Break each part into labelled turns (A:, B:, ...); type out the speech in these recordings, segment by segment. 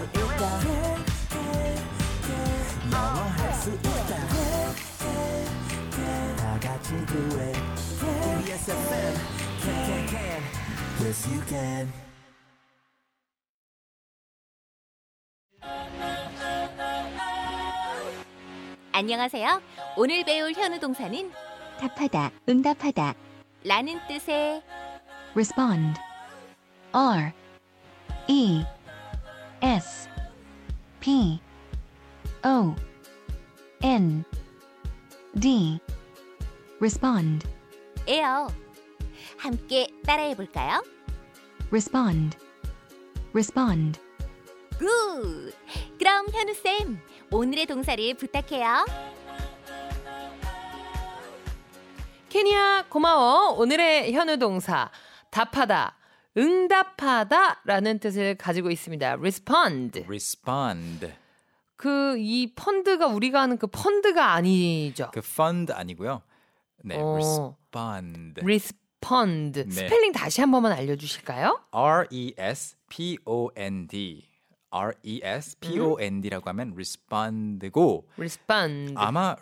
A: 있다 영화할 수 있다 다 같이 do it KBS FM can can can yes you can
B: 안녕하세요. 오늘 배울 현우 동사는
C: 답하다, 응답하다,
B: 라는 뜻의
C: respond. R E S P O N D respond,
B: 에요. 함께 따라해 볼까요?
C: respond, respond.
B: 굿! 그럼 현우쌤, 오늘의 동사를 부탁해요.
D: 케냐 고마워. 오늘의 현우 동사 답하다, 응답하다라는 뜻을 가지고 있습니다. respond.
E: respond
D: 그 이 펀드가 우리가 아는 그 펀드가 아니죠.
E: 그 fund 아니고요. 네,
D: 어.
E: respond.
D: respond.
E: 네.
D: 스펠링 다시 한 번만 알려 주실까요?
E: R E S P O N D. R E S P O N D라고 하면 respond고
D: respond.
E: 아마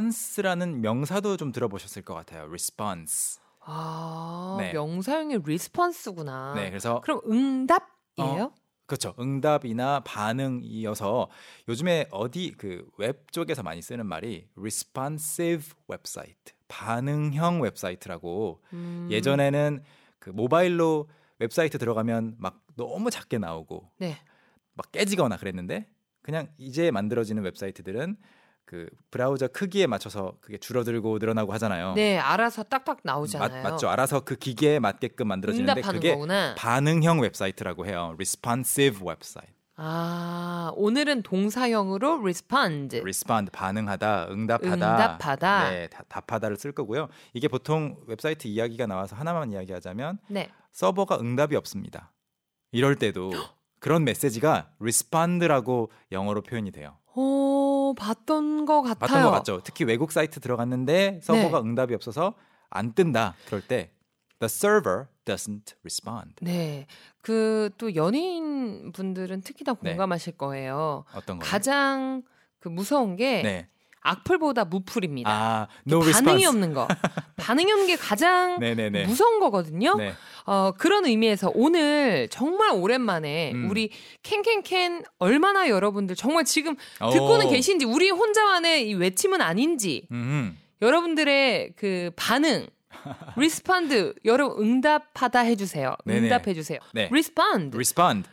E: response라는 명사도 좀 들어보셨을 것 같아요. response.
D: 아,
E: 네.
D: 명사형의 response구나.
E: 네, 그래서
D: 그럼 응답이에요?
E: 그렇죠. 응답이나 반응이어서 요즘에 어디 그 웹 쪽에서 많이 쓰는 말이 responsive 웹사이트, 반응형 웹사이트라고
D: 음,
E: 예전에는 그 모바일로 웹사이트 들어가면 막 너무 작게 나오고
D: 네.
E: 막 깨지거나 그랬는데 그냥 이제 만들어지는 웹사이트들은 그 브라우저 크기에 맞춰서 그게 줄어들고 늘어나고 하잖아요.
D: 네, 알아서 딱딱 나오잖아요.
E: 맞, 죠 알아서 그 기계에 맞게끔 만들어지는데
D: 응답하는
E: 그게
D: 거구나.
E: 반응형 웹사이트라고 해요. responsive 웹사이트.
D: 아, 오늘은 동사형으로 respond.
E: respond 반응하다, 응답하다,
D: 응답하다.
E: 네, 다- 답하다를 쓸 거고요. 이게 보통 웹사이트 이야기가 나와서 하나만 이야기하자면
D: 네.
E: 서버가 응답이 없습니다. 이럴 때도 그런 메시지가 respond라고 영어로 표현이 돼요.
D: 어, 봤던 거 같아요. 네.
E: 봤던 거 맞죠? 특히 외국 사이트 들어갔는데 서버가 응답이 없어서 안 뜬다. 그럴 때 the server doesn't respond.
D: 네. 그 또 연예인 분들은 특히 다
E: 네.
D: 공감하실 거예요.
E: 어떤 거?
D: 가장 그 무서운 게
E: 네.
D: 악플보다 무플입니다.
E: 아, no
D: 반응이
E: response.
D: 없는 거. 반응이 없는 게 가장
E: 네, 네, 네.
D: 무서운 거거든요.
E: 네.
D: 어, 그런 의미에서 오늘 정말 오랜만에
E: 음.
D: 우리 캔캔캔 얼마나 여러분들 정말 지금
E: 오.
D: 듣고는 계신지 우리 혼자만의 이 외침은 아닌지
E: 음.
D: 여러분들의 그 반응 리스펀드 여러분 응답하다 해주세요.
E: 네네.
D: 응답해주세요.
E: 네.
D: 리스펀드
E: respond.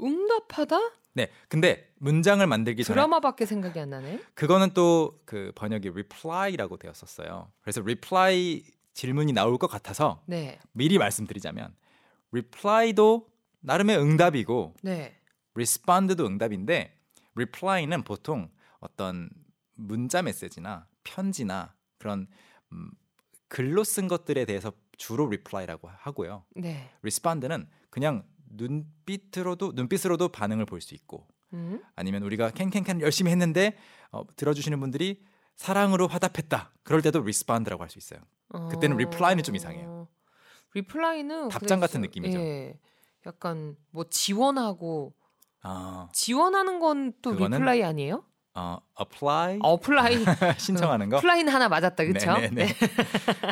D: 응답하다
E: 네. 근데 문장을 만들기 전에
D: 드라마밖에 생각이 안 나네.
E: 그거는 또 그 번역이 reply라고 되었었어요. 그래서 reply 질문이 나올 것 같아서
D: 네,
E: 미리 말씀드리자면 reply도 나름의 응답이고
D: 네,
E: respond도 응답인데 reply는 보통 어떤 문자 메시지나 편지나 그런 음, 글로 쓴 것들에 대해서 주로 reply라고 하고요.
D: 네.
E: respond는 그냥 눈빛으로도 눈빛으로도 반응을 볼 수 있고
D: 음?
E: 아니면 우리가 캔캔캔 열심히 했는데 어, 들어주시는 분들이 사랑으로 화답했다. 그럴 때도 respond라고 할 수 있어요. 그때는
D: 어,
E: reply는 좀 이상해요.
D: 리플라이는
E: 답장
D: 그래서-
E: 같은 느낌이죠.
D: 예, 약간 뭐 지원하고
E: 아,
D: 지원하는 건 또
E: 그거는-
D: 리플라이 아니에요?
E: 어, apply
D: 어플라이
E: 신청하는 거.
D: 플라이는 하나 맞았다, 그렇죠?
E: 네네네.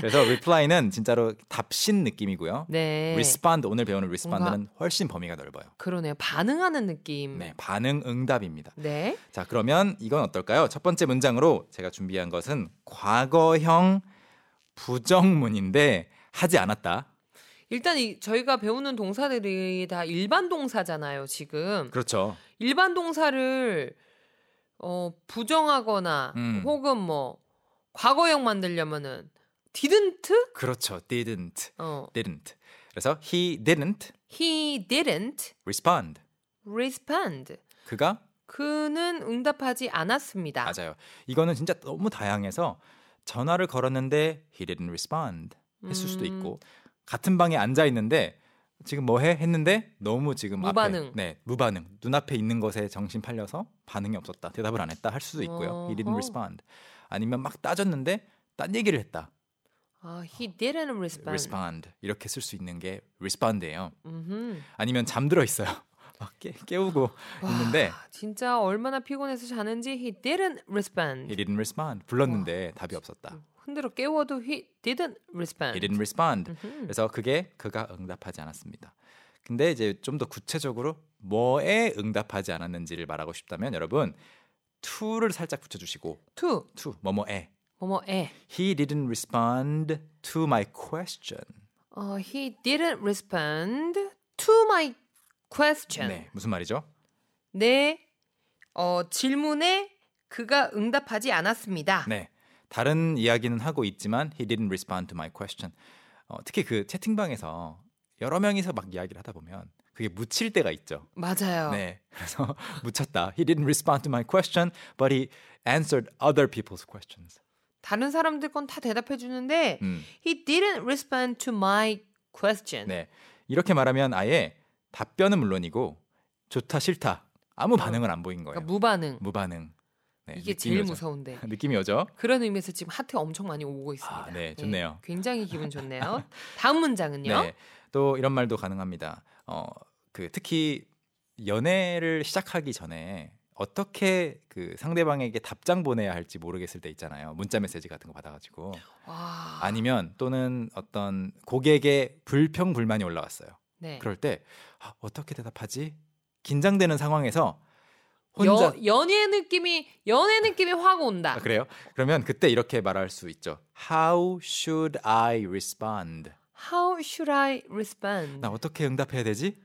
E: 그래서 reply는 진짜로 답신 느낌이고요.
D: 네.
E: respond 오늘 배우는 respond는 훨씬 범위가 넓어요.
D: 그러네요. 반응하는 느낌.
E: 네, 반응 응답입니다.
D: 네.
E: 자, 그러면 이건 어떨까요? 첫 번째 문장으로 제가 준비한 것은 과거형 부정문인데 하지 않았다.
D: 일단 이, 저희가 배우는 동사들이 다 일반 동사잖아요, 지금.
E: 그렇죠.
D: 일반 동사를 어, 부정하거나
E: 음.
D: 혹은 뭐 과거형 만들려면은 didn't?
E: 그렇죠. didn't.
D: 어,
E: didn't. 그래서 he didn't
D: He didn't
E: respond.
D: respond.
E: 그가
D: 그는 응답하지 않았습니다.
E: 맞아요. 이거는 진짜 너무 다양해서 전화를 걸었는데 he didn't respond 했을 수도
D: 음.
E: 있고 같은 방에 앉아 있는데 지금 뭐해 했는데 너무 지금 앞에
D: 무반응.
E: 네 무반응 눈앞에 있는 것에 정신 팔려서 반응이 없었다 대답을 안 했다 할 수도 있고요. he didn't
D: 어허.
E: respond 아니면 막 따졌는데 딴 얘기를 했다
D: 아, he didn't respond.
E: respond 이렇게 쓸 수 있는 게 respond예요.
D: 음흠.
E: 아니면 잠들어 있어요. 막 깨, 깨우고 있는데
D: 와, 진짜 얼마나 피곤해서 자는지 he didn't respond.
E: he didn't respond 불렀는데 답이 없었다.
D: 흔들어 깨워도 he didn't respond.
E: He didn't respond.
D: 음흠.
E: 그래서 그게 그가 응답하지 않았습니다. 근데 이제 좀 더 구체적으로 뭐에 응답하지 않았는지를 말하고 싶다면 여러분 to를 살짝 붙여주시고
D: to
E: to 뭐뭐에
D: 뭐뭐에
E: He didn't respond to my question.
D: 어, he didn't respond to my question.
E: 네, 무슨 말이죠?
D: 내 어, 질문에 그가 응답하지 않았습니다.
E: 네, 다른 이야기는 하고 있지만 he didn't respond to my question. 어, 특히 그 채팅방에서 여러 명이서 막 이야기를 하다 보면 그게 묻힐 때가 있죠.
D: 맞아요.
E: 네, 그래서 묻혔다. He didn't respond to my question, but he answered other people's questions.
D: 다른 사람들 건 다 대답해 주는데
E: 음,
D: he didn't respond to my question.
E: 네, 이렇게 말하면 아예 답변은 물론이고 좋다 싫다 아무 반응을 안 보인 거예요.
D: 그러니까 무반응.
E: 무반응. 네,
D: 이게
E: 느낌이
D: 제일
E: 오죠.
D: 무서운데.
E: 느낌이 오죠?
D: 그런 의미에서 지금 하트 엄청 많이 오고 있습니다. 예.
E: 아, 네, 좋네요.
D: 굉장히 기분 좋네요. 다음 문장은요.
E: 네, 또 이런 말도 가능합니다. 어, 그 특히 연애를 시작하기 전에 어떻게 그 상대방에게 답장 보내야 할지 모르겠을 때 있잖아요. 문자 메시지 같은 거 받아가지고.
D: 와,
E: 아니면 또는 어떤 고객의 불평 불만이 올라왔어요.
D: 네.
E: 그럴 때 아, 어떻게 대답하지? 긴장되는 상황에서 혼자
D: 여, 연애 느낌이 연애 느낌이 확 온다.
E: 아, 그래요? 그러면 그때 이렇게 말할 수 있죠. How should I respond?
D: How should I respond?
E: 나 어떻게 응답해야 되지?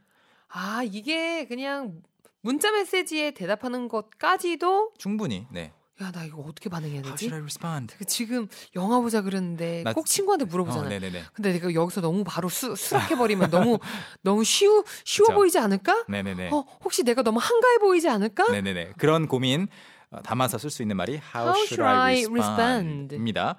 D: 아 이게 그냥 문자 메시지에 대답하는 것까지도
E: 충분히 네.
D: 야 나 이거 어떻게 반응해야
E: How
D: 되지?
E: should I respond?
D: 그 지금 영화 보자 그랬는데
E: 나
D: 꼭
E: 지-
D: 친구한테
E: 어,
D: 물어보잖아요.
E: 네네네.
D: 근데 내가 여기서 너무 바로 수, 수락해버리면 너무 너무 쉬우, 쉬워
E: 그쵸.
D: 보이지 않을까?
E: 네네네.
D: 어 혹시 내가 너무 한가해 보이지 않을까?
E: 네네네. 그런 고민 어, 담아서 쓸 수 있는 말이 How, should I respond?입니다.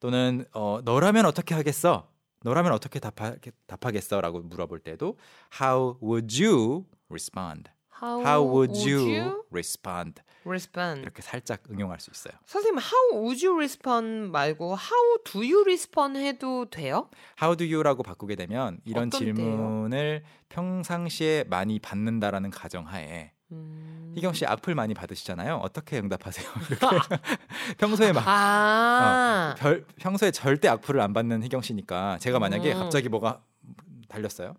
E: 또는 어, 너라면 어떻게 하겠어? 너라면 어떻게 답하, 답하겠어?라고 물어볼 때도 How would you respond?
D: How,
E: How would you respond?
D: respond?
E: 이렇게 살짝 응용할 수 있어요.
D: 선생님 How would you respond 말고 How do you respond 해도 돼요?
E: How do you라고 바꾸게 되면 이런
D: 어떤데요?
E: 질문을 평상시에 많이 받는다라는 가정하에
D: 음.
E: 희경 씨 악플 많이 받으시잖아요. 어떻게 응답하세요? 이렇게 평소에 막
D: 아
E: 어, 별, 평소에 절대 악플을 안 받는 희경 씨니까 제가 만약에
D: 음.
E: 갑자기 뭐가 달렸어요.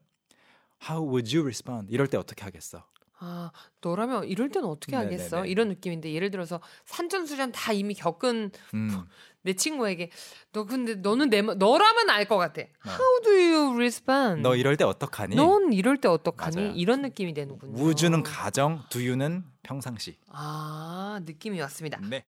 E: How would you respond? 이럴 때 어떻게 하겠어?
D: 아, 너라면 이럴 때는 어떻게
E: 네네네.
D: 하겠어? 이런 느낌인데 예를 들어서 산전수전 다 이미 겪은
E: 음,
D: 내 친구에게 너 근데 너는 내 마- 너라면 알 것 같아. How do you respond?
E: 어. 너 이럴 때 어떡하니?
D: 넌 이럴 때 어떡하니?
E: 맞아요.
D: 이런 느낌이 되는군요.
E: 우주는 가정, 두유는 평상시.
D: 아 느낌이 왔습니다.
E: 네.